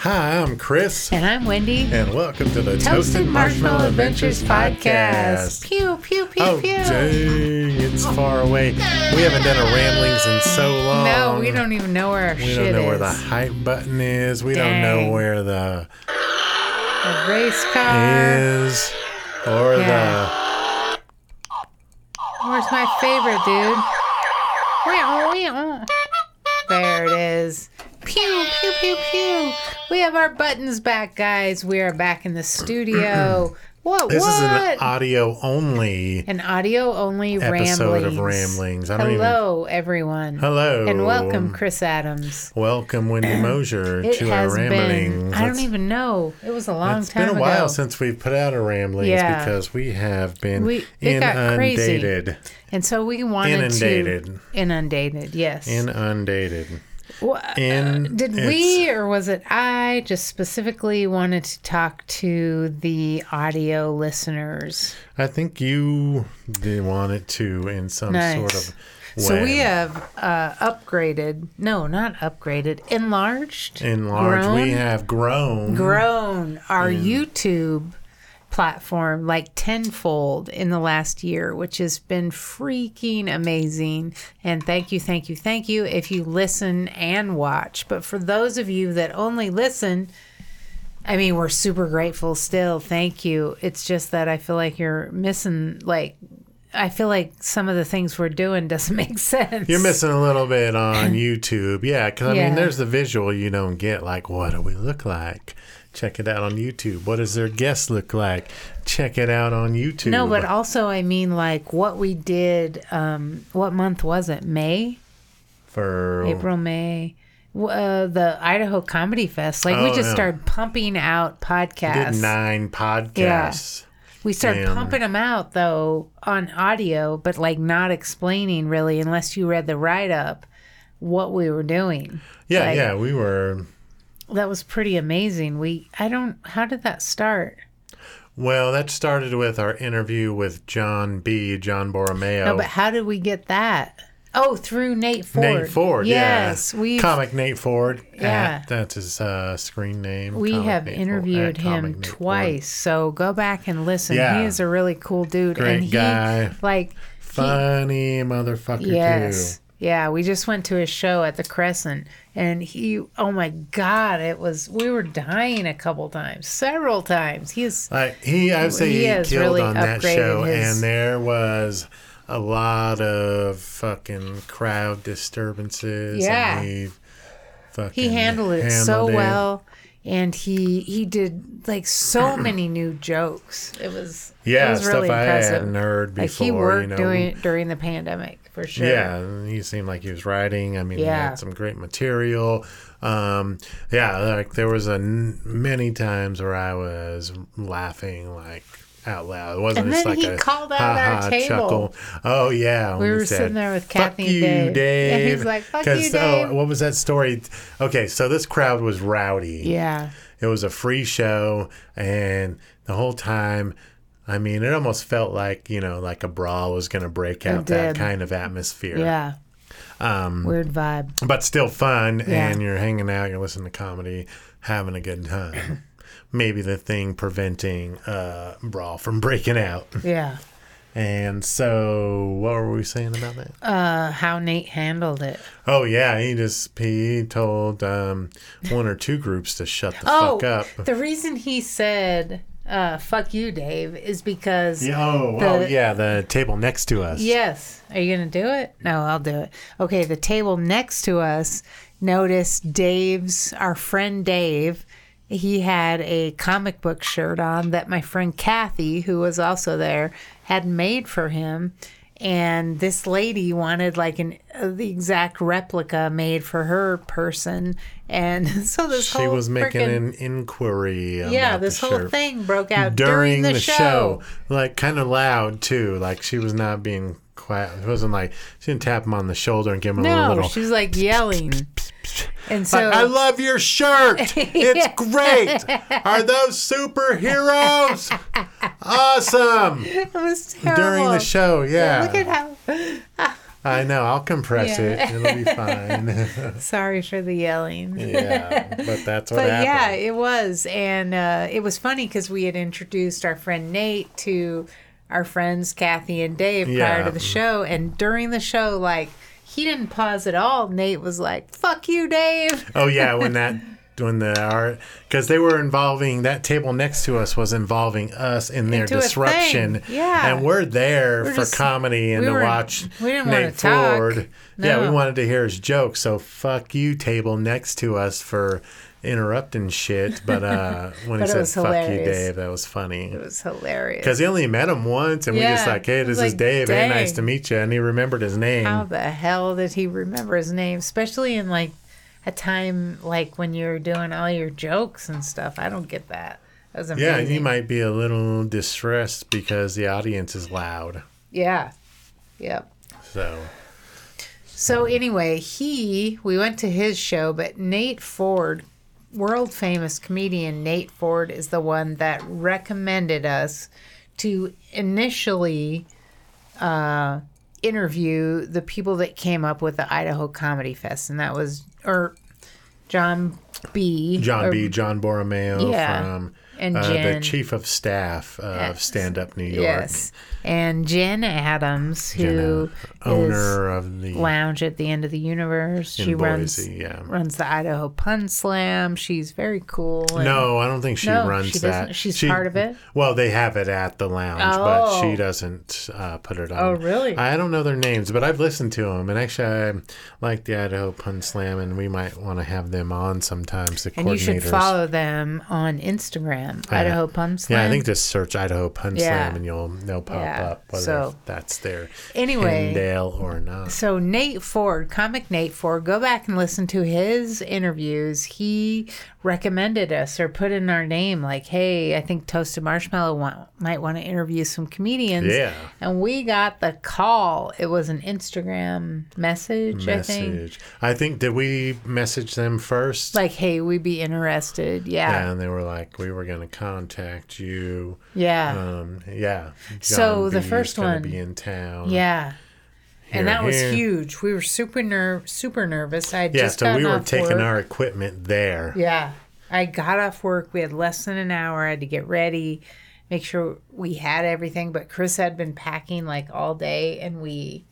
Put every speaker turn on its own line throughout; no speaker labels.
Hi, I'm Chris,
And I'm Wendy.
and welcome to the
Toasted Marshmallow Adventures Podcast.
Podcast.
Pew, pew, pew,
Oh,
pew.
dang, it's far away. We haven't done a ramblings in so long.
No, we don't even know where our
We don't
shit
know
is.
where the hype button is. We don't
Dang.
know where the
The race car.
is or
Yeah. Where's my favorite, dude? Meow, meow. There it is. Pew, pew, pew, pew. We have our buttons back, guys. We are back in the studio. what?
the. This
what?
is an audio only
An audio only
episode of
ramblings.
ramblings. I don't even.
Hello, everyone.
Hello.
And welcome, Chris Adams.
Welcome, Wendy Mosier,
It
to our
has
ramblings.
been. I
That's-
don't even know. It was a long
It's
time
been a
ago.
while since we've put out a ramblings
Yeah.
because we have been
We- it got crazy.
inundated,
and so we wanted
inundated,
to inundated. Yes.
inundated.
Wha- uh,
In
did
it's-
we or was it I just specifically wanted to talk to the audio listeners?
I think you did want it to in some
Nice.
sort of way.
So we have uh, upgraded. No, not upgraded. Enlarged.
enlarged. We
grown-
have grown.
grown our YouTube platform like tenfold in the last year, which has been freaking amazing. And thank you, thank you, thank you if you listen and watch. But for those of you that only listen, I mean, we're super grateful still. Thank you. It's just that I feel like you're missing, like, I feel like some of the things we're doing doesn't make sense.
You're missing a little bit on YouTube, yeah. Because I
Yeah.
mean, there's the visual you don't get. Like, what do we look like? Check it out on YouTube. What does their guests look like? Check it out on YouTube.
No, but also I mean like what we did. Um, what month was it? May,
for
April, May. W- Uh, the Idaho Comedy Fest. Like we
Oh,
just
yeah.
started pumping out podcasts.
did nine podcasts.
We started
Damn.
pumping them out though on audio, but like not explaining really, unless you read the write up, what we were doing.
Yeah,
Like-
yeah, we were.
That was pretty amazing. We I don't. How did that start?
Well, that started with our interview with John B. John Borromeo.
No, but how did we get that? Oh, through Nate Ford.
Nate Ford,
Yes,
yeah.
we
comic Nate Ford.
Yeah.
at- that's his uh, screen name.
We
Comic
have
Nate Ford,
interviewed
at Comic
him
Nate Ford.
twice, so go back and listen.
Yeah.
He is a really cool dude,
Great
and he
guy.
like
Funny motherfucker
yes, yeah. We just went to his show at the Crescent, and he, oh my god, it was we were dying a couple times, several times. He is
too. Like he, I would say
He
he,
has
killed
really
on that
upgraded
show,
his-
and there was a lot of fucking crowd disturbances.
Yeah.
and he, fucking
he handled it so
handled it.
well, and he he did like so many new jokes. It was it
Yeah,
was
stuff
really
I
impressive.
hadn't heard before.
like he worked
you know,
during during the pandemic for sure.
Yeah, and he seemed like he was writing. I mean, he
Yeah.
had some great material. Um, yeah, like there was a n- many times where I was laughing like out loud. It wasn't
And
just
then
like
he
a
called out at our
ha-ha
table.
chuckle. Oh yeah,
We
when he
were sitting there with
"Fuck
Kathy and
you,
Dave." And he's
Dave."
like, "Fuck
'Cause,
you, Dave."
Oh, what was that story? Okay, so this crowd was rowdy.
yeah.
It was a free show, and the whole time, I mean, it almost felt like you know, like a brawl was going to break out. That
did.
kind of atmosphere.
Yeah. Um, Weird vibe.
but still fun
Yeah.
and you're hanging out you're listening to comedy having a good time maybe the thing preventing uh brawl from breaking out
Yeah.
and so what were we saying about that
Uh, how Nate handled it.
oh yeah he just he told um one or two groups to shut the
Oh,
fuck up
the reason he said uh, "fuck you, Dave" is because
Yeah, Oh,
The-
oh, yeah, the table next to us.
Yes. Are you going to do it? No, I'll do it. Okay, the table next to us noticed Dave's, our friend Dave. He had a comic book shirt on that my friend Kathy, who was also there, had made for him. And this lady wanted like an uh, the exact replica made for her person, and so this
She
whole
was making
frickin-
an inquiry. About
yeah this
the
whole
shirt.
thing broke out
during, the,
show.
show. like kind of loud too. Like she was not being quiet. It wasn't like she didn't tap him on the shoulder and give him a
No,
little.
she was like yelling, and so
like, I love your shirt. It's great. Are those superheroes? Awesome.
it was terrible.
During the show, yeah.
Look at how.
I know. I'll compress
Yeah.
it. It'll be fine.
Sorry for the yelling.
yeah, but that's what
But yeah,
happened.
it was. And uh, it was funny because we had introduced our friend Nate to our friends Kathy and Dave prior
Yeah.
to the show. And during the show, like, he didn't pause at all. Nate was like, fuck you, Dave.
Oh yeah, when that when the art because they were involving that table next to us was involving us in their
Into a
disruption.
thing, yeah.
and we're there for
just-
comedy and
we
to
weren't-
watch
we didn't wanna
Nate
talk.
Ford. Yeah, we
No.
wanted to hear his jokes. So fuck you, table next to us for interrupting shit. But uh, when
But it
he said
was
"fuck you,
hilarious.
Dave," that was funny.
It was hilarious.
Because he only met him once, and we just
Yeah.
like, hey,
It
this
was
is
like,
Dave. Hey, nice
dang.
to meet you. And he remembered his name.
How the hell did he remember his name? Especially in like a time like when you're doing all your jokes and stuff. I don't get that. That was amazing.
yeah, and you might be a little distressed because the audience is loud.
Yeah. Yep.
So
So anyway, he we went to his show, but Nate Ford, world famous comedian Nate Ford is the one that recommended us to initially uh, interview the people that came up with the Idaho Comedy Fest, and that was or John B.
John
or-
B. John Borromeo
Um, Yeah,
from
and
uh, the
Jen.
chief of staff of
Yes.
Stand Up New York,
Yes, and Jen Adams,
and, uh,
who is
owner of the
Lounge at the End of the Universe.
in
she runs
Boise. yeah.
runs the Idaho Pun Slam. She's very cool. and-
No, I don't think she
No,
runs
she doesn't.
that.
She's
She-
part of it?
Well, they have it at the lounge, but
Oh.
she doesn't uh, put it on.
Oh, really?
I don't know their names, but I've listened to them, and actually, I like the Idaho Pun Slam, and we might want to have them on sometimes. The
and you should
coordinators.
follow them on Instagram,
Yeah.
Idaho Pun Slam.
Yeah, I think just search Idaho Pun
Yeah.
Slam and you'll they'll pop
Yeah,
up whether
so-
that's their
Anyway.
Hindale or not.
So Nate Ford, comic Nate Ford, go back and listen to his interviews. He recommended us or put in our name, like, "Hey, I think Toasted Marshmallow want, might want to interview some comedians."
Yeah.
And we got the call. It was an Instagram message, I think.
Message. I think did we message them first?
Like, "Hey, we'd be interested." Yeah,
and they were like, we were gonna contact you.
yeah,
Um, yeah.
So
John
the
B's
first
gonna
one-
be in town.
yeah. and
Here,
that was
here.
huge. We were super ner- super nervous. I had
Yeah.
just
So we
gotten
were
off
taking
work.
our equipment there.
yeah. I got off work. We had less than an hour. I had to get ready, make sure we had everything. But Chris had been packing like all day, and we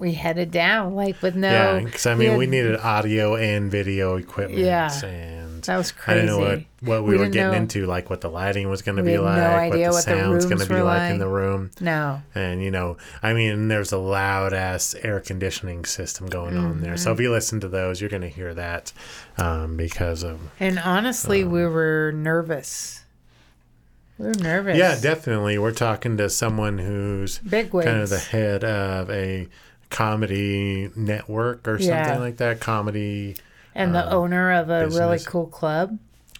we headed down like with no.
Yeah, because I
we
mean,
had-
we needed audio and video equipment.
Yeah.
and
That was
I didn't know what,
crazy.
what we,
We
were
didn't
getting
know-
into, like what the lighting was going to
We
be
had no
like,
idea
what the
what the
sound's going to
rooms
be
were
like
like.
in the room.
no.
And you know, I mean, there's a loud ass air conditioning system going on there.
Mm-hmm.
So if you listen to those, you're going to hear that um, because of
And honestly,
Um,
we were nervous. We were nervous.
yeah, definitely. We're talking to someone who's
Big
kind of
wigs.
the head of a comedy network or something
Yeah.
like that. Comedy.
and the owner of a really
Um, business.
cool club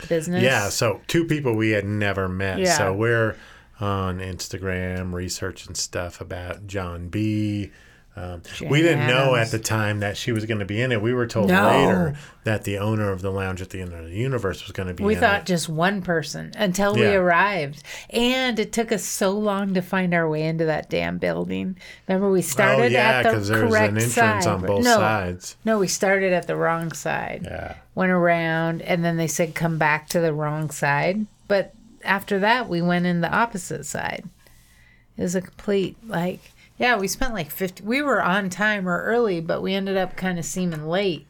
business.
Yeah, so two people we had never met.
Yeah.
So we're on Instagram researching stuff about John B. Um, we didn't know
Adams.
at the time that she was going to be in it. We were told
No.
later that the owner of the lounge at the end of the universe was going to be
We
in
thought
it.
just one person until we
Yeah.
arrived. And it took us so long to find our way into that damn building. Remember, we
Oh,
started
yeah,
at the
because
correct
there's an entrance
side.
on both
no,
sides.
No, we started at the wrong side.
Yeah.
Went around, and then they said come back to the wrong side. But after that, we went in the opposite side. It was a complete, like, yeah, we spent like 50. We were on time or early, but we ended up kind of seeming late.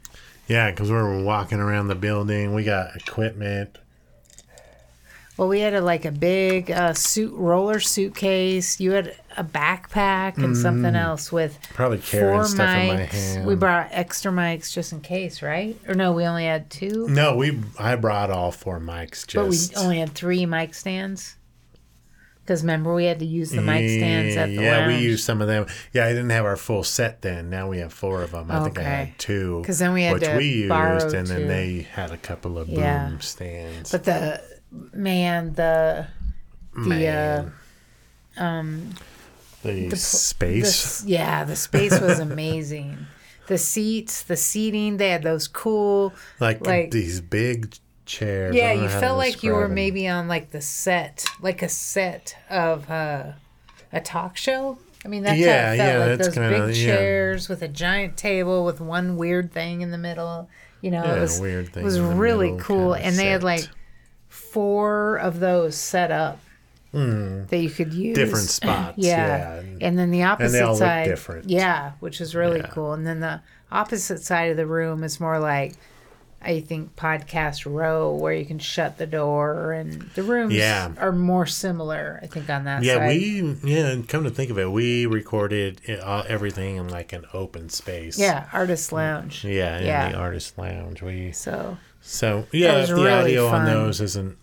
Yeah, because we were walking around the building. We got equipment.
Well, we had a, like a big uh, suit roller suitcase. You had a backpack and something else with
Mm. Probably carrying stuff in my hand.
We brought extra mics just in case, right? Or no, we only had two,
No, we. I brought all four mics.
but we
Mm, Just
only had three mic stands. Because remember, we had to use the mic stands at the
yeah,
lounge.
we used some of them. Yeah, I didn't have our full set then. Now we have four of them. I think I
Okay.
had two.
'Cause then we had
which
to
we used,
borrow
and
two.
then they had a couple of boom
Yeah.
stands.
But the man, the the
Man.
uh,
the,
pl- the
space.
s- yeah, the space was amazing. The seats, the seating, they had those cool
like,
like-
these big chairs. I
Yeah,
don't
you
know how to
felt like you
describe
were
'em.
maybe on like the set, like a set of uh, a talk show. I mean, that's how
Yeah,
it felt
yeah,
like
that's
those
kinda-
big
yeah.
chairs with a giant table with one weird thing in the middle. You know, it
Yeah,
was
weird thing
it was
in the
really
middle
cool,
kinda
and they had
set.
like four of those set up that you could use
Hmm. different spots.
yeah.
yeah.
And then the opposite
all look
side.
different.
Yeah, which is really
Yeah.
cool. And then the opposite side of the room is more like I think podcast row where you can shut the door and the rooms
Yeah.
are more similar, I think, on that
Yeah,
side.
we yeah. and Come to think of it, we recorded it, all, everything in like an open space.
Yeah, artist lounge.
yeah, in
Yeah.
the artist lounge. We
So
so yeah,
was
if the
really
audio
fun.
on those isn't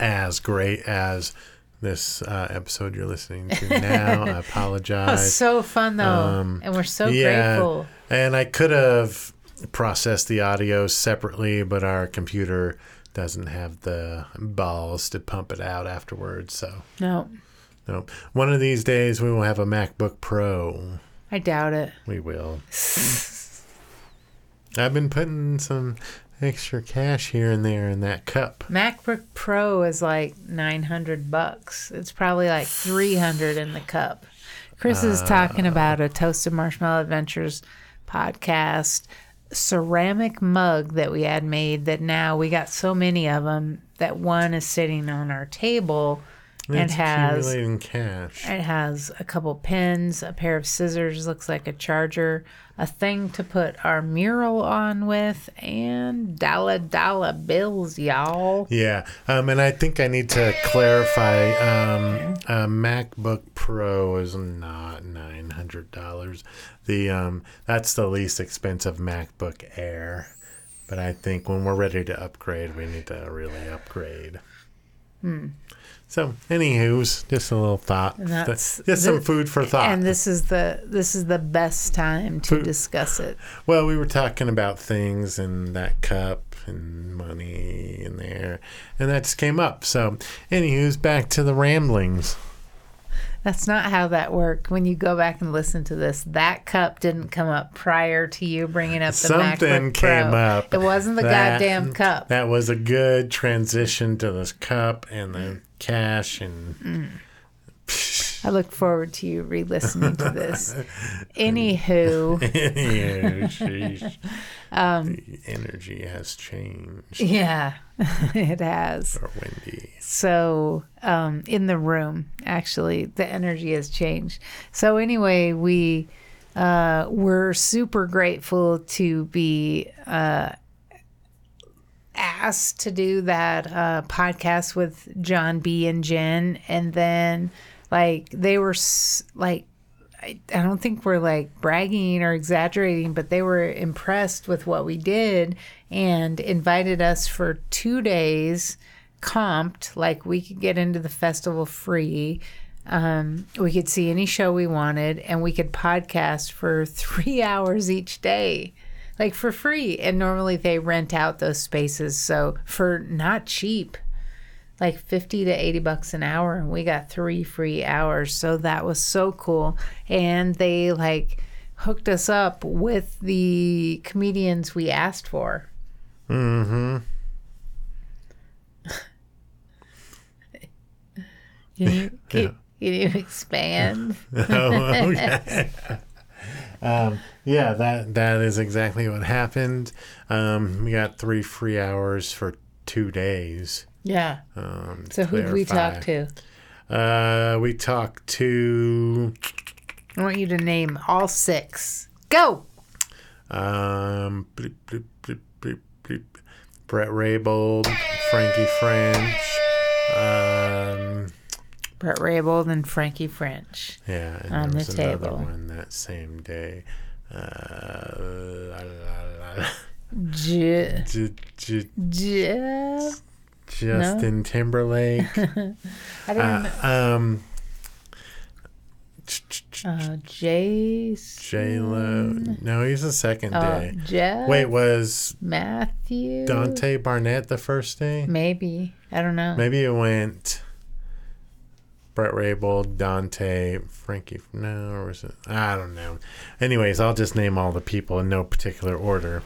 as great as this uh, episode you're listening to now. I
it
apologize.
was so fun though.
um,
and we're so grateful.
And I could have processed the audio separately, but our computer doesn't have the balls to pump it out afterwards. So,
No,
nope. One of these days, we will have a MacBook Pro.
I doubt it.
We will. I've been putting some extra cash here and there in that cup.
MacBook Pro is like 900 bucks. It's probably like 300 in the cup. Chris is talking about a Toasted Marshmallow Adventures podcast ceramic mug that we had made that now we got so many of them that one is sitting on our table and
It's
has
accumulating cash.
it has a couple pins, a pair of scissors, looks like a charger, a thing to put our mural on with, and dollar dollar bills, y'all.
Yeah, um, and I think I need to clarify. Um, a MacBook Pro is not nine hundred dollars. The um, that's the least expensive MacBook Air. But I think when we're ready to upgrade, we need to really upgrade.
Hmm.
So, anywho's, just a little thought.
that's-
Th- just some
thi-
food for thought.
And this is the this is the best time to discuss it.
Well, we were talking about things and that cup and money in there, and that just came up. So, anywho's back to the ramblings.
That's not how that worked. When you go back and listen to this, that cup didn't come up prior to you bringing up the
Something
MacBook
came
Pro.
up.
It wasn't the
That-
goddamn cup.
That was a good transition to this cup and the cash and
I look forward to you re-listening to this. Anywho,
Sheesh.
Um,
the energy has changed
yeah, it has.
for Wendy.
so um, in the room actually the energy has changed so anyway we uh, were super grateful to be uh, asked to do that uh, podcast with john b and jen and then like they were s- like I, I don't think we're like bragging or exaggerating, but they were impressed with what we did and invited us for two days comped. Like we could get into the festival free. Um, we could see any show we wanted and we could podcast for three hours each day, like for free. And normally they rent out those spaces. So for not cheap like 50 to 80 bucks an hour and we got three free hours so that was so cool and they like hooked us up with the comedians we asked for mm-hmm can you, can, can you expand
oh, okay. um, yeah, that that is exactly what happened. Um, we got three free hours for two days.
yeah
Um,
so who'd we talk to
to? Uh, we talked to
i want you to name all six go
um, bleep, bleep, bleep, bleep, bleep, Brett Raybold, Frankie French, Um,
Brett Raybould and Frankie French.
yeah, and
On
there
the
was another
table.
one that same day. Uh, la, la, la, la.
J-
Ju- ju-
J-
Justin Timberlake.
I don't
Uh,
know.
um, ch- ch- ch-
Uh, Jace.
J Lo. No, he's the second
Um, Uh,
day.
Jeff.
Wait, was
Matthew.
Dante Barnett the first day?
Maybe. I don't know.
Maybe it went Brett Rabel, Dante, Frankie. No, or was it? I don't know. Anyways, I'll just name all the people in no particular order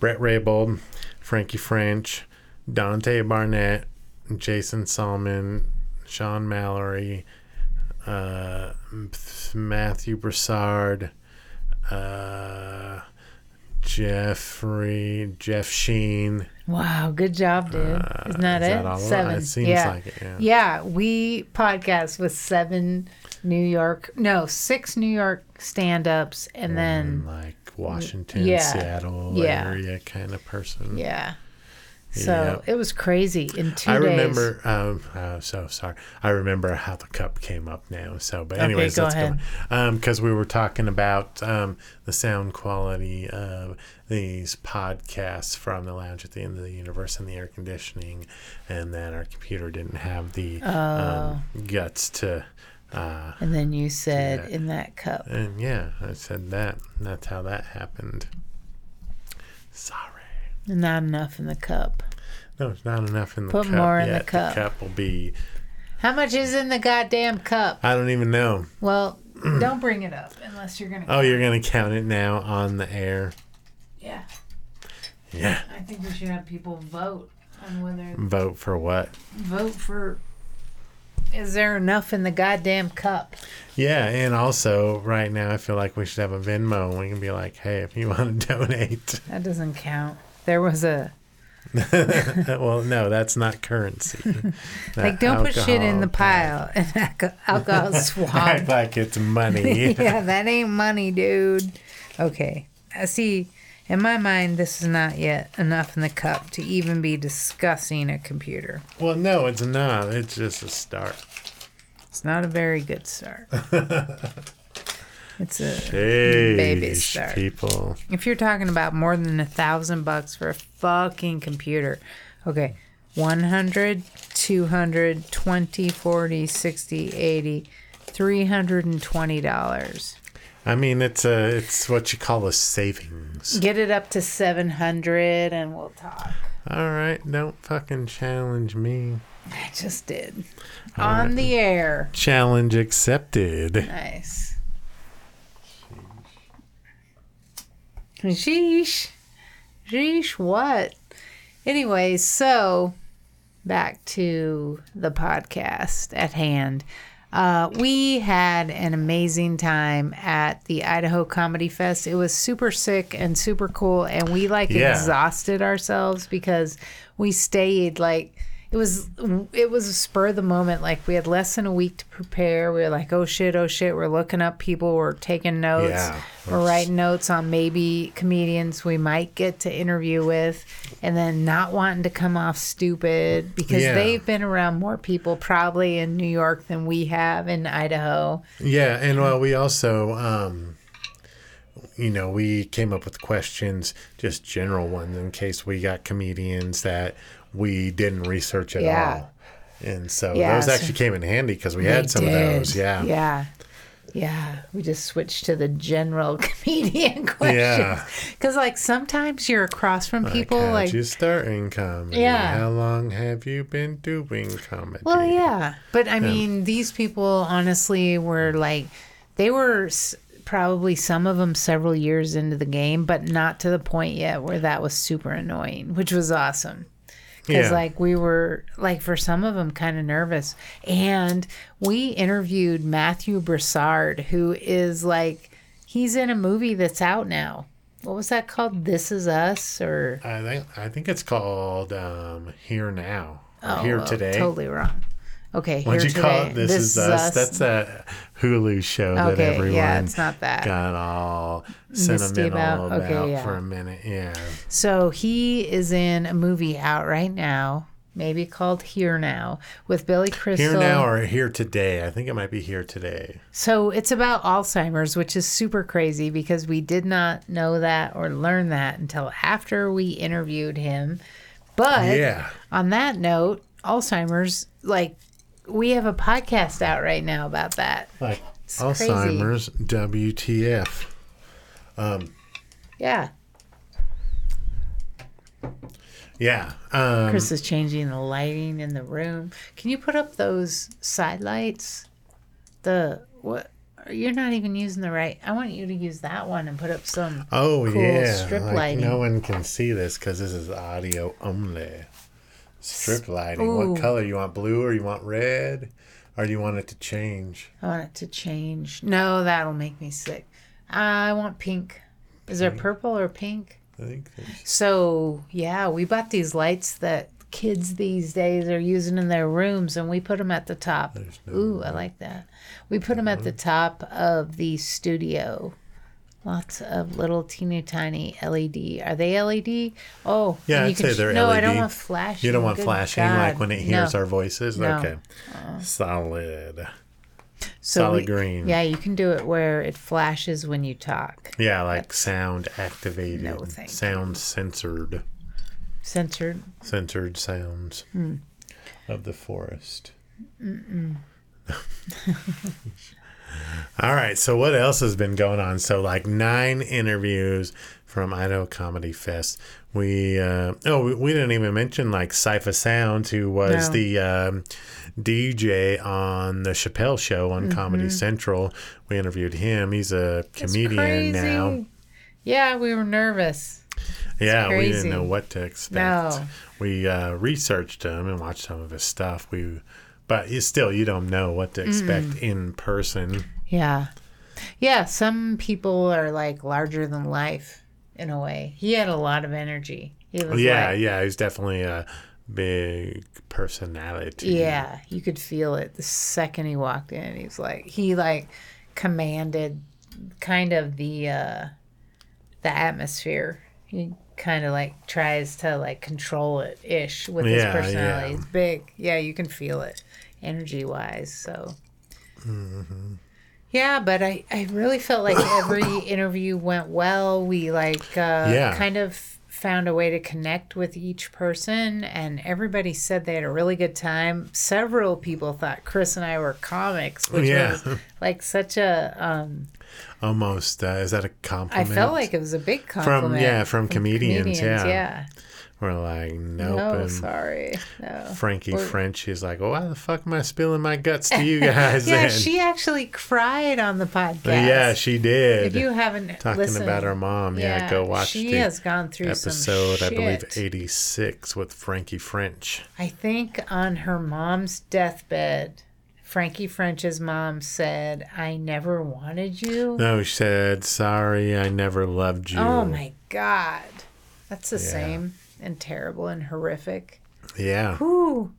Brett Rabel, Frankie French, Dante Barnett, Jason Solomon, Sean Mallory, uh, Matthew Broussard, uh, Jeffrey, Jeff Sheen.
Wow. Good job, dude. Isn't that
Uh, is
it?
that all?
seven.
It seems
yeah.
like it, yeah.
We podcast with seven New York, no, six New York stand ups and then.
in, like Washington,
yeah,
Seattle
yeah.
area kind of person.
Yeah. So it was crazy in two
Mm. I
days.
remember. Um, oh, so sorry. I remember how the cup came up now. So, but anyways,
go
let's
ahead.
go. Because we were talking about um, the sound quality of these podcasts from the lounge at the end of the universe and the air conditioning, and that our computer didn't have the
Oh.
um, guts to. Uh,
And then you said
Yeah.
in that cup.
and yeah, I said that. and That's how that happened. Sorry.
Not enough in the cup.
No, it's not enough in the
Put
cup.
more in the
yet.
cup.
will be.
How much is in the goddamn cup?
I don't even know.
Well, don't bring it up unless you're gonna.
Oh, you're gonna count it now on the air.
Yeah,
Yeah.
I think we should have people vote on whether
Vote for what?
vote for. Is there enough in the goddamn cup?
Yeah, and also right now I feel like we should have a Venmo. and We can be like, hey, if you want to donate.
That doesn't count. There was a
well, no, that's not currency.
like,
That
don't put shit
alcohol
in the pile and alco- alcohol
Act
swab.
like it's money.
yeah, that ain't money, dude. Okay, I see. In my mind, this is not yet enough in the cup to even be discussing a computer.
Well, no, it's not. It's just a start.
It's not a very good start. it's a
Baby
start.
People.
if you're talking about more than a thousand bucks for a fucking computer. Okay. 100, 200, 20, 40, 60, 80, 320 dollars.
I mean, it's a it's what you call a savings.
Get it up to 700 and we'll talk.
All right, don't fucking challenge me.
I just did. On the air.
Challenge accepted.
Nice. Sheesh. Sheesh, what? Anyway, so back to the podcast at hand. Uh, we had an amazing time at the Idaho Comedy Fest. It was super sick and super cool, and we like
Yeah.
exhausted ourselves because we stayed like it was it was a spur of the moment. Like we had less than a week to prepare. We were like, oh shit, oh shit. We're looking up people. We're taking notes.
Yeah.
We're writing notes on maybe comedians we might get to interview with, and then not wanting to come off stupid because
Yeah.
they've been around more people probably in New York than we have in Idaho.
Yeah, and well, we also, um, you know, we came up with questions, just general ones, in case we got comedians that we didn't research at
Yeah.
all. And so
Yeah,
those
so-
actually came in handy because we
They
had some of
did.
those. Yeah.
Yeah. Yeah. We just switched to the general comedian questions.
Yeah.
Cause like sometimes you're across from people
How'd
like
you start in comedy?
Yeah.
How long have you been doing comedy?
Well, yeah, but I mean, these people honestly were like, they were s- probably some of them several years into the game, but not to the point yet where that was super annoying, which was awesome. Because
Yeah.
like we were like for some of them kind of nervous, and we interviewed Matthew Broussard, who is like he's in a movie that's out now. What was that called? This is Us or
I think I think it's called um, Here Now. or
Oh,
Here
well,
Today.
Totally wrong. Okay,
What'd
here
you call
today.
it? This, is, us. That's that Hulu show that
Okay,
everyone
yeah, it's not that.
got all
Misty
sentimental
about-
about,
okay, yeah.
for a minute. Yeah.
So he is in a movie out right now maybe called Here Now with Billy Crystal.
Here now or here today? I think it might be here today.
So it's about Alzheimer's, which is super crazy because we did not know that or learn that until after we interviewed him. But
Yeah.
on that note, Alzheimer's, like, we have a podcast out right now about that.
Like
crazy.
Alzheimer's, WTF.
Yeah.
Yeah. Um,
Chris is changing the lighting in the room. Can you put up those side lights? The what? You're not even using the right. I want you to use that one and put up some.
oh,
cool
yeah.
strip
like,
lighting.
No one can see this because this is audio only. Strip lighting.
Ooh.
What color? You want blue or you want red? Or do you want it to change?
I want it to change. No, that'll make me sick. I want pink. Is there purple or pink?
I think there's-
So yeah, we bought these lights that kids these days are using in their rooms, and we put them at the top.
no Uh-huh.
Ooh, I like that. We put them at the top of the studio. Lots of little teeny tiny LED. Are they LED? Oh,
Yeah,
and
I'd say
sh-
they're
No, I don't
LED.
want flashing.
You don't want
Oh, Good
flashing like
God.
when it hears
No.
our voices?
No.
Okay. Solid.
So
solid green.
Yeah, you can do it where it flashes when you talk.
Yeah, like sound activated.
No, thank you.
sound censored.
Censored.
Censored sounds of the forest. All right, so what else has been going on? So, like nine interviews from Idaho Comedy Fest. We uh, oh, we, we didn't even mention like Cypher Sounds, who was
No.
the um, DJ on the Chappelle Show on Comedy Central. We interviewed him. He's a comedian now.
Yeah, we were nervous.
Yeah, we
crazy.
didn't know what to expect.
No.
We uh, researched him and watched some of his stuff. We, but you still you don't know what to expect in person.
Yeah. Yeah, some people are like larger than life in a way. He had a lot of energy. He was
Oh, yeah,
like-
yeah, he's definitely a big personality.
yeah, you could feel it the second he walked in. He's like he like commanded kind of the uh the atmosphere. He kind of like tries to like control it ish with his
Yeah, yeah.
personality. He's big. Yeah, you can feel it energy wise. So Yeah, but I, I really felt like every interview went well. We like uh,
Yeah.
kind of found a way to connect with each person, and everybody said they had a really good time. Several people thought Chris and I were comics, which
Oh, Yeah.
was like such a. Um,
almost. Uh, is that a
I
compliment?
felt like it was a big compliment
yeah, from comedians, yeah.
yeah.
we're like nope.
No,
and
sorry, no.
Frankie French is like, why the fuck am I spilling my guts to you guys?
Yeah,
then?
she actually cried on the podcast.
yeah, she did.
if you haven't
Talking
listened,
about her mom, yeah, go watch
She
the
has gone through
episode,
some
I
shit.
believe, 86 with Frankie French.
I think on her mom's deathbed, Frankie French's mom said, I never wanted you.
No, she said, Sorry, I never loved you.
Oh my God. That's the same and terrible and horrific.
Yeah.
Ooh.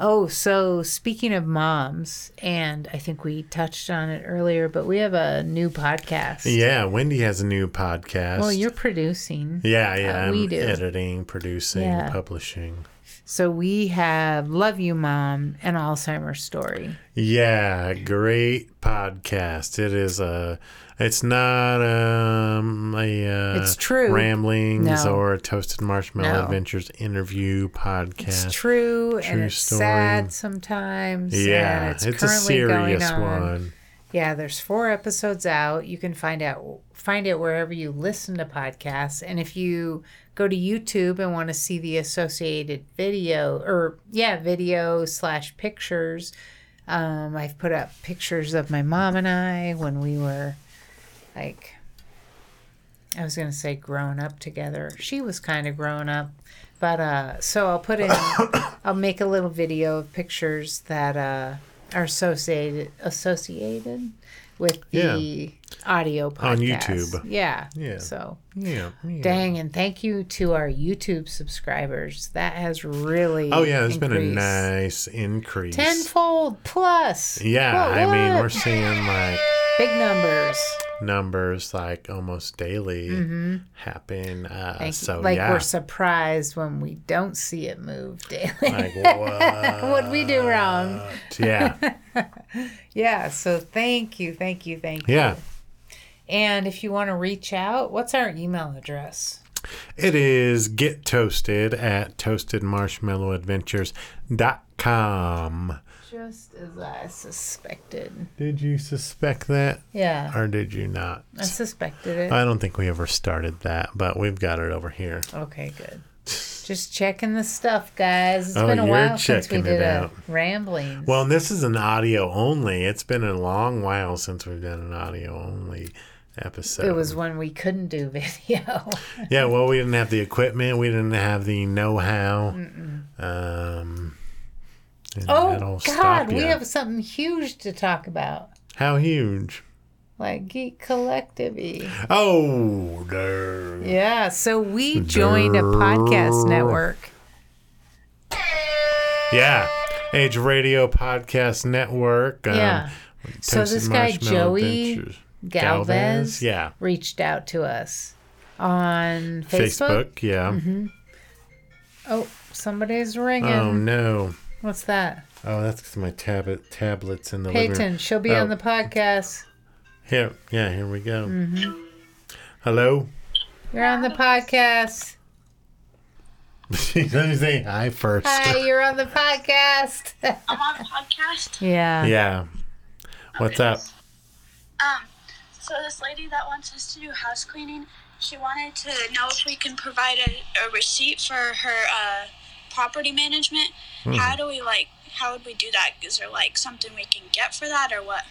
Oh, so speaking of moms, and I think we touched on it earlier, but we have a new podcast.
Yeah, Wendy has a new podcast.
Well, you're producing.
yeah, yeah.
uh,
I'm
we do.
Editing, producing,
Yeah.
publishing.
So we have Love You Mom and Alzheimer's Story.
Yeah, great podcast. It is a. It's not um a. Uh,
It's true.
Ramblings
No.
or Toasted Marshmallow
No.
Adventures interview podcast.
It's true, and
True
it's
story.
sad sometimes.
Yeah,
and
it's,
it's,
a
currently
serious
going on.
one.
Yeah, there's four episodes out. You can find out find it wherever you listen to podcasts, and if you go to YouTube and want to see the associated video or yeah, video slash pictures. Um, I've put up pictures of my mom and I when we were like I was gonna say grown up together. She was kind of grown up, but uh, so I'll put in. I'll make a little video of pictures that uh, are associated associated with the audio podcast.
On YouTube.
Yeah.
Yeah.
So
Yeah. yeah.
dang, and thank you to our YouTube subscribers. That has really
Oh yeah, there's been a
increased.
nice increase.
tenfold plus.
Yeah,
What,
I mean
what?
we're seeing like
big numbers.
numbers like almost daily happen. Uh,
Mm-hmm. Like,
so
like
yeah,
we're surprised when we don't see it move daily.
like what?
What'd we do wrong?
yeah,
Yeah. So thank you, thank you, thank you.
yeah.
And if you want to reach out, what's our email address?
It is get toasted at toastedmarshmallowadventures.com.
Just as I suspected.
Did you suspect that
Yeah.
or did you not?
I suspected it.
I don't think we ever started that, but we've got it over here.
okay, good. Just checking the stuff, guys. It's
Oh,
been a
you're
while since we
checking
did
it
a
out.
ramblings.
Well, and this is an audio only. It's been a long while since we've done an audio only episode.
it was when we couldn't do video.
yeah. Well, we didn't have the equipment. We didn't have the know-how. Um, and
oh
that'll stop
God, we
ya.
have something huge to talk about,
how huge?
like Geek Collective.
Oh, there.
Yeah, so we joined a podcast network.
Yeah. Age Radio Podcast Network. um,
Yeah. So
Toasted
this guy
Marshmallow
Joey
Adventures.
Galvez,
Yeah.
reached out to us on Facebook. Mm-hmm.
Facebook. Yeah.
Oh, somebody's ringing.
Oh, no.
What's that?
Oh, that's 'cause my tablet tablets in the living
Peyton,
room.
she'll be
Oh.
on the podcast.
Here, yeah, here we go.
Mm-hmm.
Hello.
You're on the podcast.
Let me say hi first.
Hi, you're on the podcast.
I'm on the podcast.
yeah.
Yeah. What's up?
Um, so this lady that wants us to do house cleaning, she wanted to know if we can provide a, a receipt for her uh, property management. How do we like? How would we do that? Is there like something we can get for that or what?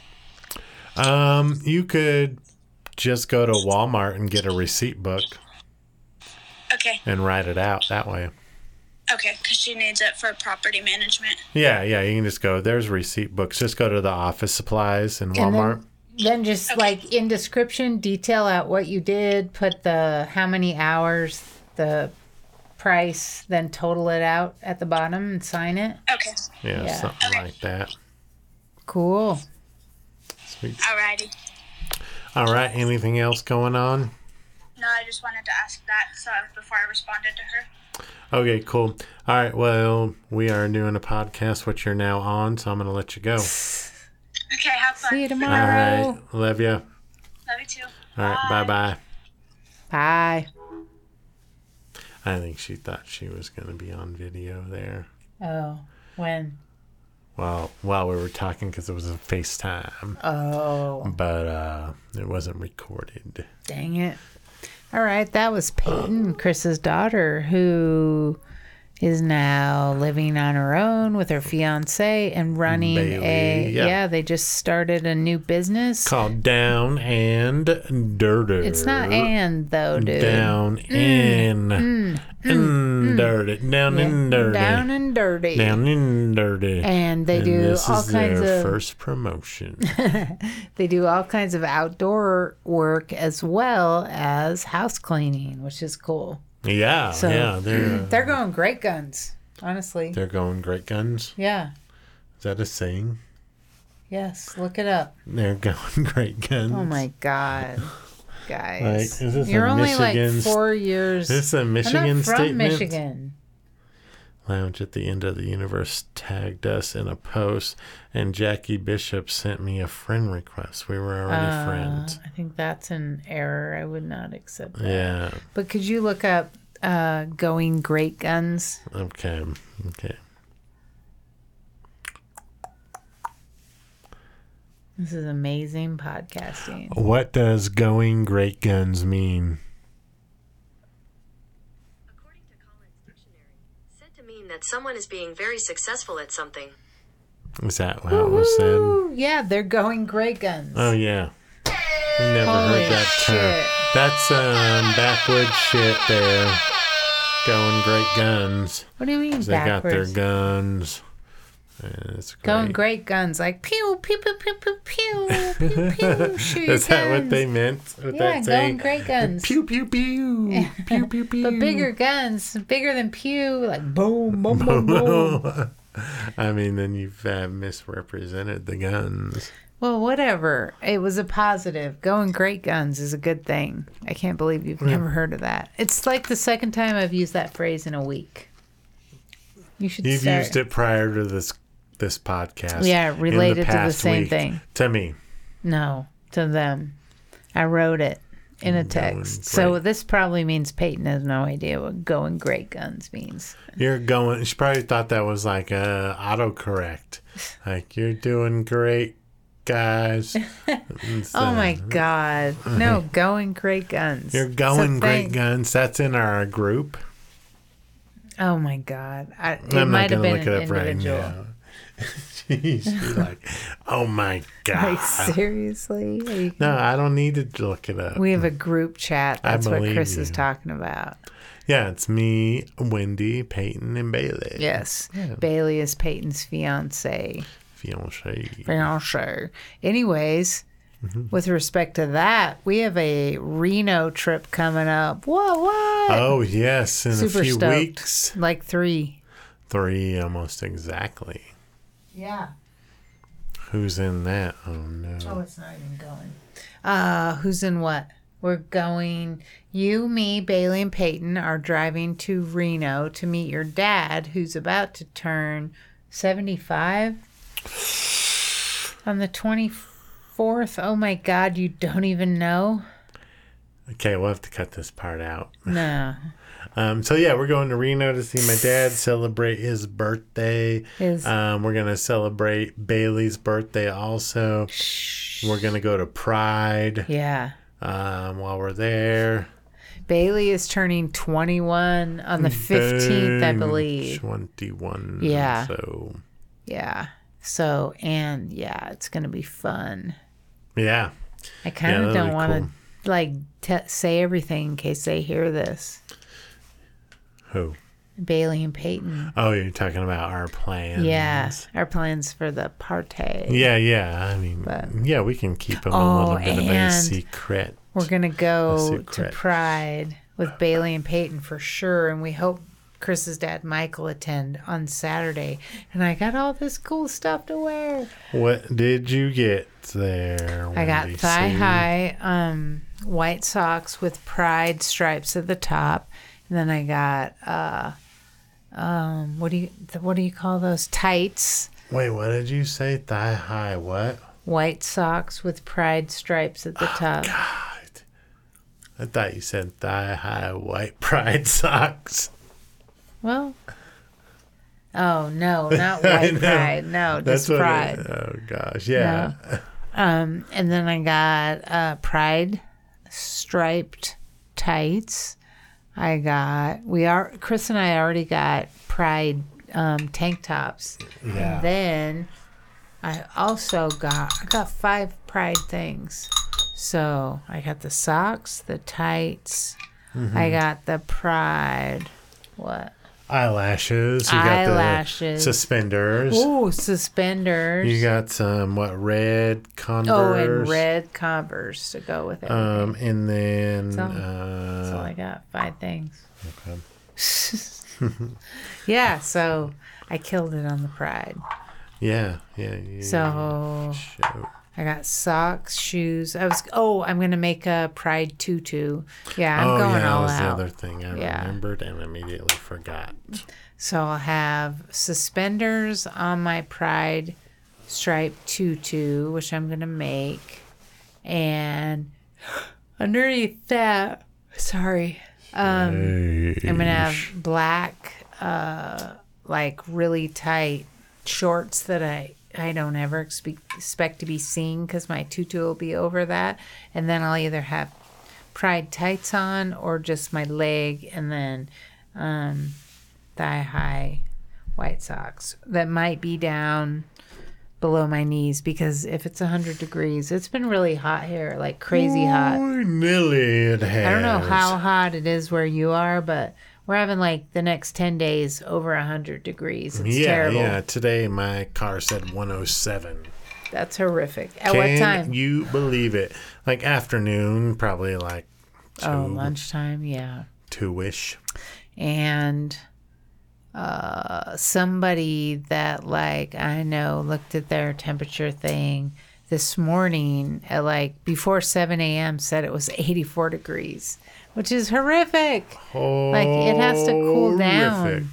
Um, you could just go to Walmart and get a receipt book
Okay,
and write it out that way.
okay, because she needs it for property management.
Yeah, yeah, you can just go. There's receipt books. Just go to the office supplies in
And
Walmart.
then, then just like in description, detail out what you did, put the how many hours, the price, then total it out at the bottom and sign it.
Okay,
yeah,
yeah.
something like that.
Cool.
Sweet.
alrighty.
All right. Anything else going on?
No, I just wanted to ask that so before I responded to her.
Okay, cool. All right. Well, we are doing a podcast, which you're now on, so I'm going to let you go.
Okay, have fun.
See you
All
tomorrow.
right. Love you. All
Love you too.
right. Bye bye.
Bye.
I think she thought she was going to be on video there.
Oh, when?
Well, while we were talking, because it was a FaceTime,
Oh,
but uh, it wasn't recorded.
dang it. All right, that was Peyton, Chris's daughter, who is now living on her own with her fiance and running a
Bailey, yeah.
yeah, they just started a new business.
Called Down and Dirter.
It's not and Mm. though, dude.
Down in and dirty. Down in dirty.
Mm. Down and dirty.
Down in dirty.
And they
And
do
this
all
is
kinds
their
of
first promotion.
they do all kinds of outdoor work as well as house cleaning, which is cool.
yeah,
So- mm.
yeah, they're
They're going great guns, honestly.
they're going great guns.
yeah.
Is that a saying?
Yes. Look it up.
They're going great guns.
Oh my god, guys!
Like, is this
You're
a
only
Michigan
like
st-
four years.
Is this a Michigan
I'm not from
statement?
Michigan.
Lounge at the end of the universe tagged us in a post, and Jackie Bishop sent me a friend request. We were already
Uh,
friends.
I think that's an error. I would not accept that.
Yeah.
But could you look up uh, "going great guns"?
Okay. Okay.
This is amazing podcasting.
What does going great guns mean?
According to Collins Dictionary, said to mean that someone is being very successful at something.
Is that how it was said?
Ooh, yeah, they're going great guns.
Oh yeah. I never
Holy
heard that term.
Oh, shit.
That's um backwoods shit there. Going great guns.
What do you mean
They got
backwards?
their guns. And It's great.
Going great guns, like pew pew pew pew pew pew pew. pew shoot your
Is that what
guns.
they meant with
Yeah,
that
going
saying?
great guns.
Pew pew pew. pew pew pew.
But bigger guns, bigger than pew, like boom, boom, boom, boom.
I mean, then you've uh, misrepresented the guns.
Well, whatever. It was a positive. Going great guns is a good thing. I can't believe you've never heard of that. It's like the second time I've used that phrase in a week. You should
You've
start.
used it prior to this this podcast.
Yeah,
in
related to the
past
same thing.
To me,
No, to them. I wrote it in a text. so
great.
this probably means Peyton has no idea what going great guns means.
you're going. She probably thought that was like a autocorrect. Like you're doing great, guys. uh,
Oh my God. No, going great guns.
You're
It's a
going great,
thing.
guns. That's in our group.
Oh my God. I, it
I'm not
might
gonna
have been
look it
an
up right
individual.
now. She's like, oh my god.
Like,
Ah.
seriously? Are you-
No, I don't need to look it up.
We have a group chat.
I
That's what
believe
Chris is
you.
talking about.
yeah, it's me, Wendy, Peyton, and Bailey.
Yes. Bailey is Peyton's fiance.
Fiance.
Fiance. Anyways,
Mm-hmm.
with respect to that, we have a Reno trip coming up. What? What?
Oh yes, in a few weeks.
Like three.
Three almost exactly.
Yeah.
Who's in that? Oh no.
Oh, it's not even going. Uh, who's in what? We're going. You, me, Bailey, and Peyton are driving to Reno to meet your dad, who's about to turn seventy-five on the twenty-fourth. Oh my God! You don't even know. Oh.
Okay, we'll have to cut this part out.
No,
Um, so yeah, we're going to Reno to see my dad celebrate his birthday.
His-
Um, we're gonna celebrate Bailey's birthday also. We're gonna go to Pride
yeah.
um, while we're there.
Bailey is turning twenty-one on the fifteenth, I
Boom.
believe.
Twenty-one.
Yeah.
So
Yeah. So and yeah, it's gonna be fun.
yeah,
I kind of
that'd
don't
be
want to like te- say everything in case they hear this.
who?
Bailey and Peyton.
Oh, you're talking about our plans.
Yeah, our plans for the party.
Yeah, yeah. I mean,
But-
yeah, we can keep them a
Oh,
little bit of a
and-
secret.
We're gonna go to
secret.
Pride with Bailey and Peyton for sure, and we hope Chris's dad Michael attend on Saturday. And I got all this cool stuff to wear.
What did you get there?
I got
Wendy
thigh
Sue?
high um, white socks with pride stripes at the top, and then I got uh, um, what do you th- what do you call those tights?
Wait, what did you say? Thigh high? What?
White socks with pride stripes at the top.
Oh, God. I thought you said thigh high white pride socks.
Well, oh no, not white
know.
pride. No, just
what it-
pride.
oh gosh, yeah.
Um, and then I got uh, pride striped tights. I got we are Chris and I already got pride um, tank tops.
Yeah.
And then I also got I got five pride things. So I got the socks, the tights.
Mm-hmm.
I got the pride. What?
Eyelashes. You got
Eyelashes.
the suspenders.
Oh, suspenders.
You got some what red converse.
oh, and red Converse to go with it.
Um, and then
all.
uh,
That's all I got. Five things. yeah, so I killed it on the pride.
yeah, yeah. You
So
show.
I got socks, shoes. I was oh, I'm gonna make a pride tutu. Yeah, I'm
oh
going
yeah, that
all
was the
out.
other thing I
Yeah.
remembered and immediately forgot.
So I'll have suspenders on my pride stripe tutu, which I'm gonna make, and underneath that, sorry, um, I'm gonna have black, uh, like really tight shorts that I I don't ever expe- expect to be seen because my tutu will be over that, and then I'll either have pride tights on or just my leg, and then um, thigh high white socks that might be down below my knees because if it's 100 degrees it's been really hot here like crazy hot
Oh, Nearly it has.
Uh, I don't know how hot it is where you are, but we're having like the next 10 days over 100 degrees. It's
Yeah,
terrible.
yeah. Today my car said 107.
That's horrific. At
Can
what time?
you believe it? Like afternoon, probably like two,
oh, lunchtime. Yeah.
two-ish.
And uh, somebody that, like, I know looked at their temperature thing. this morning at like before 7 a.m. said it was 84 degrees, which is horrific. Like it has to cool down.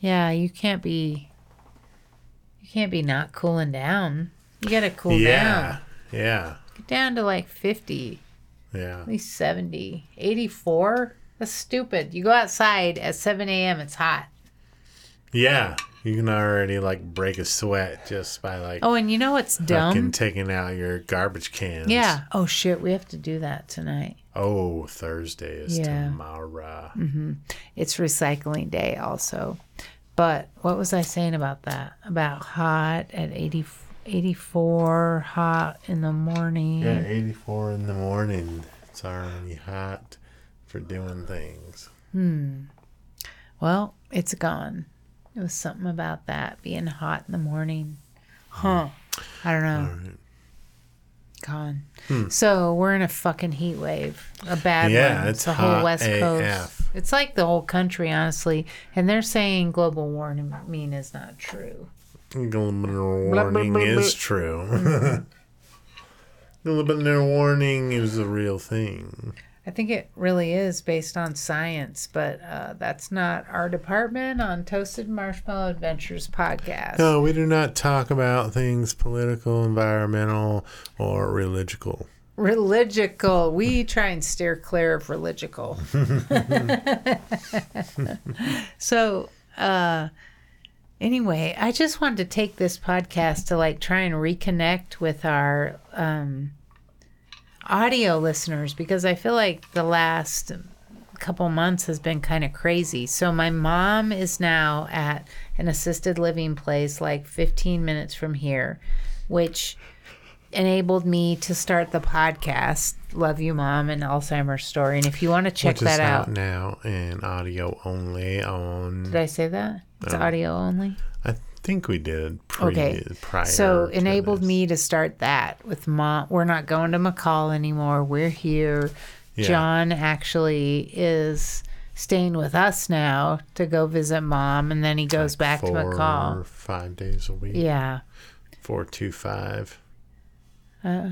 Yeah, you can't be you can't be not cooling down. You gotta cool
Yeah.
down.
Yeah.
Get down to like 50,
Yeah.
at least 70, 84. That's stupid. You go outside at 7 a.m. It's hot.
Yeah. You can already like break a sweat just by like
Oh, and you know what's
fucking
dumb?
taking out your garbage cans.
Yeah. Oh shit, we have to do that tonight.
Oh, Thursday is
Yeah. Mm-hmm.
tomorrow.
It's recycling day also. But what was I saying about that? About hot at 80, 84, hot in the morning.
Yeah, 84 in the morning. It's already hot for doing things.
Well, it's gone. It was something about that being hot in the morning. Huh. I don't know. Gone. So we're in a fucking heat wave. A bad
Hmm. Yeah,
one.
it's
the
hot
whole West Coast.
AF.
It's like the whole country, honestly. And they're saying global warming mean is not true.
Preliminary
Blah, blah,
warning
blah, Mm-hmm.
is true. Preliminary warning is a real thing.
I think it really is based on science, but uh, that's not our department on Toasted Marshmallow Adventures podcast.
No, we do not talk about things political, environmental, or religical.
Religical. We try and steer clear of religical. so, uh, anyway, I just wanted to take this podcast to like try and reconnect with our um, audio listeners because I feel like the last couple months has been kind of crazy. So my mom is now at an assisted living place like 15 minutes from here, which enabled me to start the podcast love you mom and alzheimer's story and if you want to check
Which is
that
out
out
now in audio only on.
did i say that it's audio only
I think we did pre-
okay
prior.
so
to
enabled
this.
me to start that with mom we're not going to mccall anymore we're here
Yeah.
john actually is staying with us now to go visit mom and then he goes back to
four
mccall
five days a week.
yeah
Four two five.
Uh.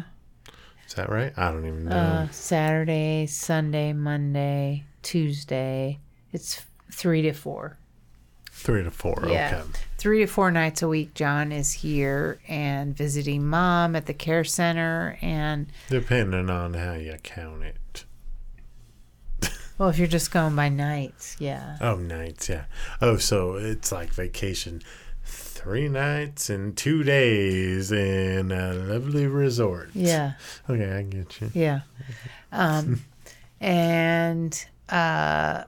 Is that right? I don't even know.
Uh, Saturday, Sunday, Monday, Tuesday. It's three to four.
Three to four.
Yeah.
Okay.
Three to four nights a week, John is here and visiting mom at the care center. And,
Depending on how you count it.
well, if you're just going by nights, yeah.
Oh, nights. Yeah. Oh, so it's like vacation. Three nights and two days in a lovely resort.
Yeah.
Okay, I get you.
Yeah. Um, and, uh,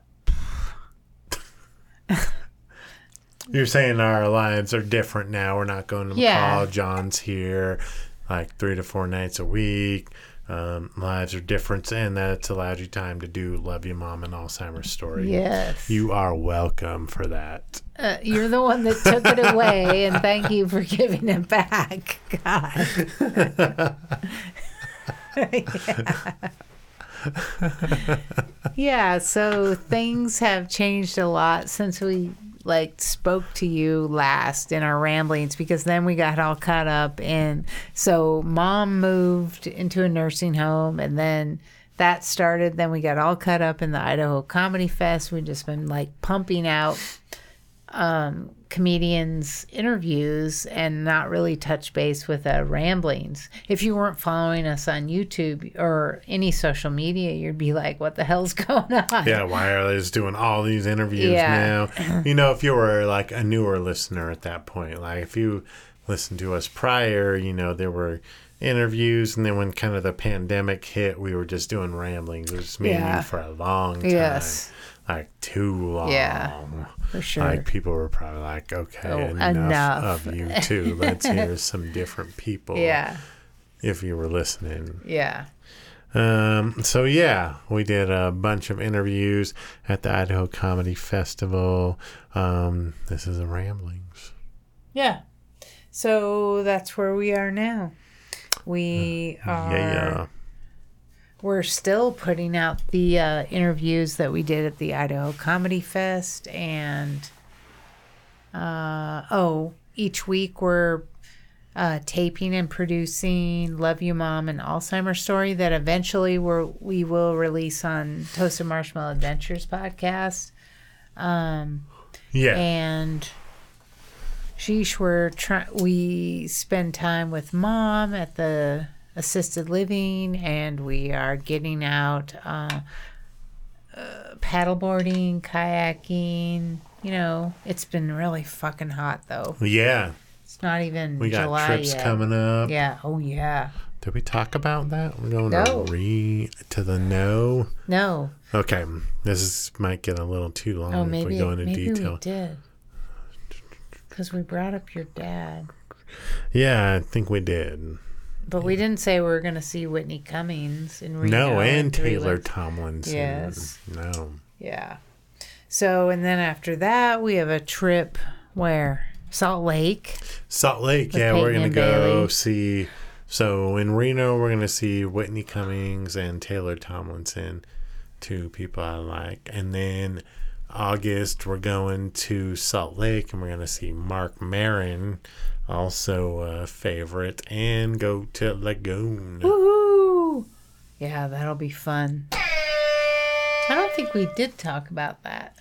You're saying our lives are different now. We're not going to
Yeah.
call. John's here like three to four nights a week. Um, lives are different, and that's allowed you time to do Love You Mom and Alzheimer's Story.
yes.
You are welcome for that.
Uh, you're the one that took it away, and thank you for giving it back. God. yeah. yeah, so things have changed a lot since we like spoke to you last in our ramblings because then we got all caught up in so mom moved into a nursing home and then that started then we got all caught up in the Idaho Comedy Fest we just been like pumping out um, comedians' interviews and not really touch base with uh, ramblings. If you weren't following us on YouTube or any social media, you'd be like, "What the hell's going on?"
Yeah, why are they just doing all these interviews
Yeah.
now? You know, if you were like a newer listener at that point, like if you listened to us prior, you know, there were interviews, and then when kind of the pandemic hit, we were just doing ramblings. It was me and
Yeah.
you for a long time.
Yes.
Like too long.
Yeah, for sure.
Like people were probably like, okay,
Oh,
enough,
enough.
of you two. Let's hear some different people.
yeah,
If you were listening.
yeah,
Um, so yeah, we did a bunch of interviews at the Idaho Comedy Festival. Um, this is a ramblings.
yeah. So that's where we are now. We are.
Yeah,
we're still putting out the uh, interviews that we did at the Idaho Comedy Fest, and uh, oh, each week we're uh, taping and producing Love You Mom and Alzheimer's Story that eventually we're, we will release on Toasted Marshmallow Adventures podcast. Um,
Yeah.
and sheesh, we're try- we spend time with mom at the assisted living, and we are getting out uh, uh, paddleboarding, kayaking. You know, it's been really fucking hot though.
yeah.
It's not even
We got
July
trips
yet.
coming up.
Yeah. Oh yeah.
Did we talk about that? We're going
No.
to re to the no.
No.
Okay, this is, might get a little too long
Oh,
if
maybe
we go into
maybe we
detail.
did. Because we brought up your dad.
Yeah, I think we did.
But we didn't say we were going to see Whitney Cummings in Reno.
No,
in
and
three
Taylor
weeks.
Tomlinson.
Yes.
No.
Yeah. So, and then after that, we have a trip where? Salt Lake.
Salt Lake.
With
yeah, we're
Peyton
gonna
and
go
Bailey.
see. So in Reno, we're gonna see Whitney Cummings and Taylor Tomlinson, two people I like. And then August, we're going to Salt Lake, and we're gonna see Mark Marin, also a favorite, and go to Lagoon.
Woohoo! Yeah, that'll be fun. I don't think we did talk about that.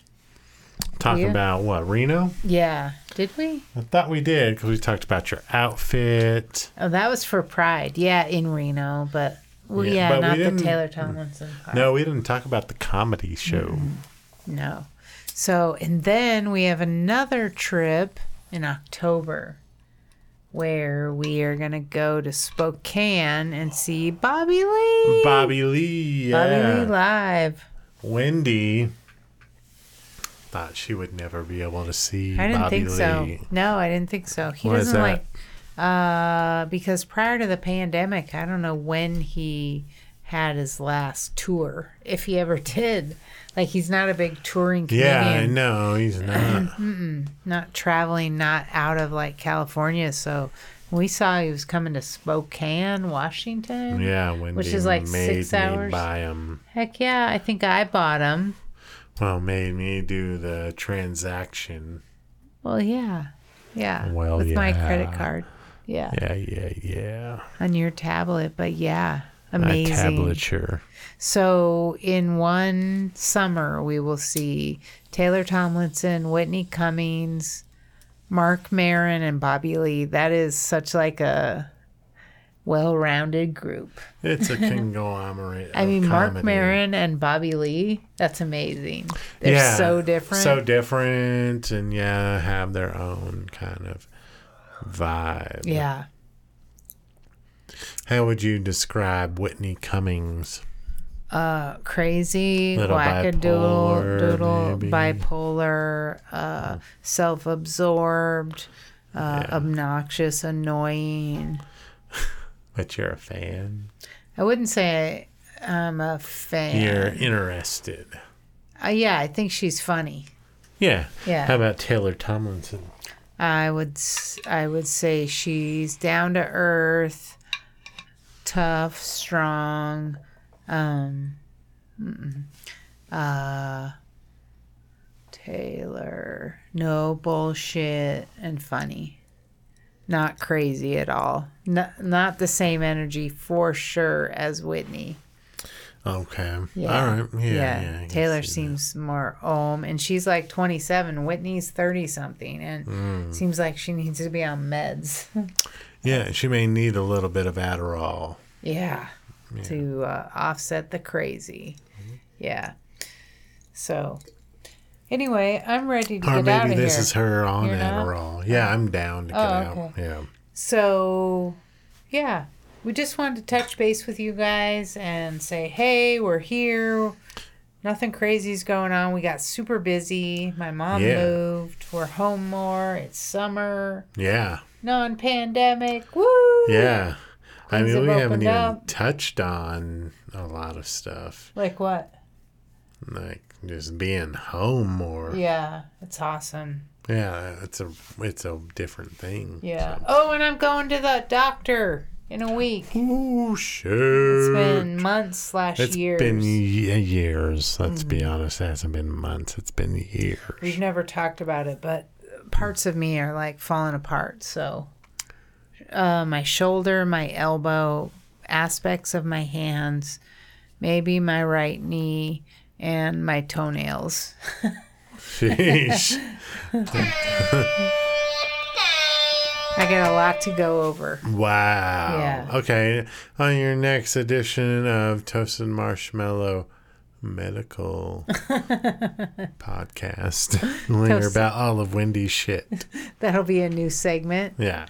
Talk
Yeah.
about what Reno?
Yeah. Did we?
I thought we did because we talked about your outfit.
Oh, that was for Pride. Yeah, in Reno, but well,
Yeah,
yeah,
but we
not the
didn't-
Taylor Tomlinson part.
No, we didn't talk about the comedy show.
Mm-hmm. No. So, and then we have another trip in October where we are going to go to Spokane and see Bobby Lee.
Bobby Lee.
Bobby
yeah.
Lee live.
Wendy thought she would never be able to see
I didn't
Bobby
think
Lee.
so. No, I didn't think so. He
Why is
doesn't
that?
like uh because prior to the pandemic, I don't know when he had his last tour, if he ever did. Like he's not a big touring
Yeah,
comedian.
I know he's not.
not traveling, not out of like California. So we saw he was coming to Spokane, Washington.
yeah, Wendy
is like
made
six
me
hours.
buy him.
Heck yeah, I think I bought him.
Well, made me do the transaction.
Well, yeah, yeah.
Well,
with my
yeah.
credit card. Yeah.
Yeah, yeah, yeah.
on your tablet, but yeah,
My
amazing.
tablature.
So in one summer, we will see Taylor Tomlinson, Whitney Cummings, Mark Marin, and Bobby Lee. That is such like a well-rounded group.
It's a conglomerate.
I
of
mean, Mark
comedy.
Marin and Bobby Lee, that's amazing. They're
Yeah,
so different.
So different, and yeah, have their own kind of vibe.
yeah.
How would you describe Whitney Cummings?
Uh, crazy,
Little
wackadoodle,
bipolar,
doodle,
maybe.
bipolar, uh, self absorbed, uh,
Yeah.
obnoxious, annoying.
But you're a fan.
I wouldn't say I'm a
You're
fan.
interested.
Uh, yeah, I think she's funny.
Yeah.
Yeah.
How about Taylor Tomlinson?
I would s- I would say she's down to earth, tough, strong, um, mm-mm. uh, Taylor, no bullshit and funny, not crazy at all. Not not the same energy for sure as Whitney.
Okay.
Yeah.
All right. Yeah.
Yeah,
yeah, I can
Taylor
see that.
seems more om, and she's like 27. Whitney's 30 something, and
Mm.
seems like she needs to be on meds.
Yeah, she may need a little bit of Adderall.
yeah, to uh, offset the crazy.
Mm-hmm.
Yeah. So, anyway, I'm ready to
Or
get out
maybe
of
this
here.
is her on
You're not?
Adderall. Yeah, I'm down to get out.
okay.
Yeah.
So, yeah, we just wanted to touch base with you guys and say, hey, we're here. Nothing crazy's going on. We got super busy. My mom
Yeah.
moved. We're home more. It's summer,
Yeah.
non pandemic. Woo!
Yeah. I
Things
mean, we
have
haven't
opened
even
up.
touched on a lot of stuff,
Like what?
like just being home more. Yeah,
Yeah, it's awesome.
it's a it's a different thing.
Yeah. Oh, and I'm going to the doctor in a week.
Oh shit!
It's been months slash
It's
years. Mm.
been ye- years. Let's be honest. It hasn't been months. It's been years.
We've never talked about it, but parts of me are like falling apart. So uh, my shoulder, my elbow, aspects of my hands, maybe my right knee, and my toenails.
Sheesh.
I got a lot to go over.
Wow.
Yeah.
Okay. On your next edition of Toasted Marshmallow Medical Podcast, we'll hear
Toasted.
about all of Wendy's shit.
That'll be a new segment.
Yeah.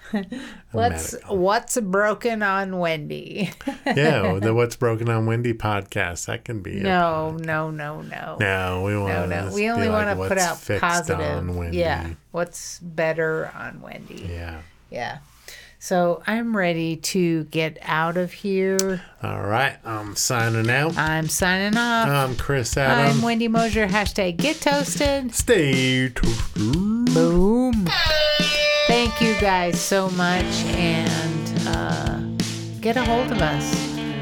What's
Medical.
what's broken on Wendy?
yeah. The What's Broken on Wendy podcast. That can be. a-
no, no, no, no.
no, we
No,
want
no. We only want to put out positive.
Wendy.
Yeah. What's better on Wendy? Yeah.
Yeah.
So I'm ready to get out of here.
All right. I'm signing out.
I'm signing off.
I'm Chris
Uh, I'm
Adam.
Wendy Mosier. Hashtag get toasted.
Stay toasted.
Boom. Thank you guys so much. And uh, get a hold of us.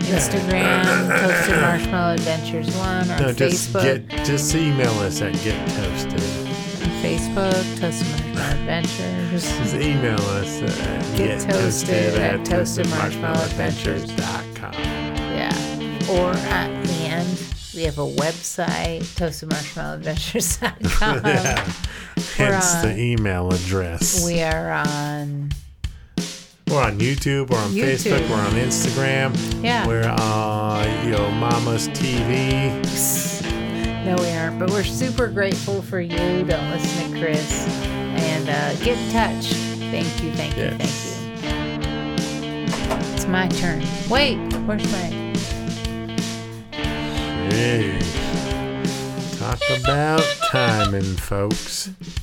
Instagram, Toasted Marshmallow Adventures 1, or
No, just
Facebook.
get just email us at get toasted.
Facebook, Toasted Marshmallow Adventures.
Just email us at
Get toasted at
toastedmarshmallowadventures.com.
Yeah. Or at and we have a website, toastedmarshmallowadventures.com.
Yeah. Hence
Uh-huh. on-
the email address.
We are on
We're on YouTube, we're on
YouTube.
Facebook, we're on Instagram.
Yeah.
We're on Yo Mama's TV.
No, we aren't, but we're super grateful for you. Don't listen to Chris. And uh, get in touch. Thank you, thank you,
Yes.
thank you. It's my turn. Wait, where's my.
Hey. Talk about timing, folks.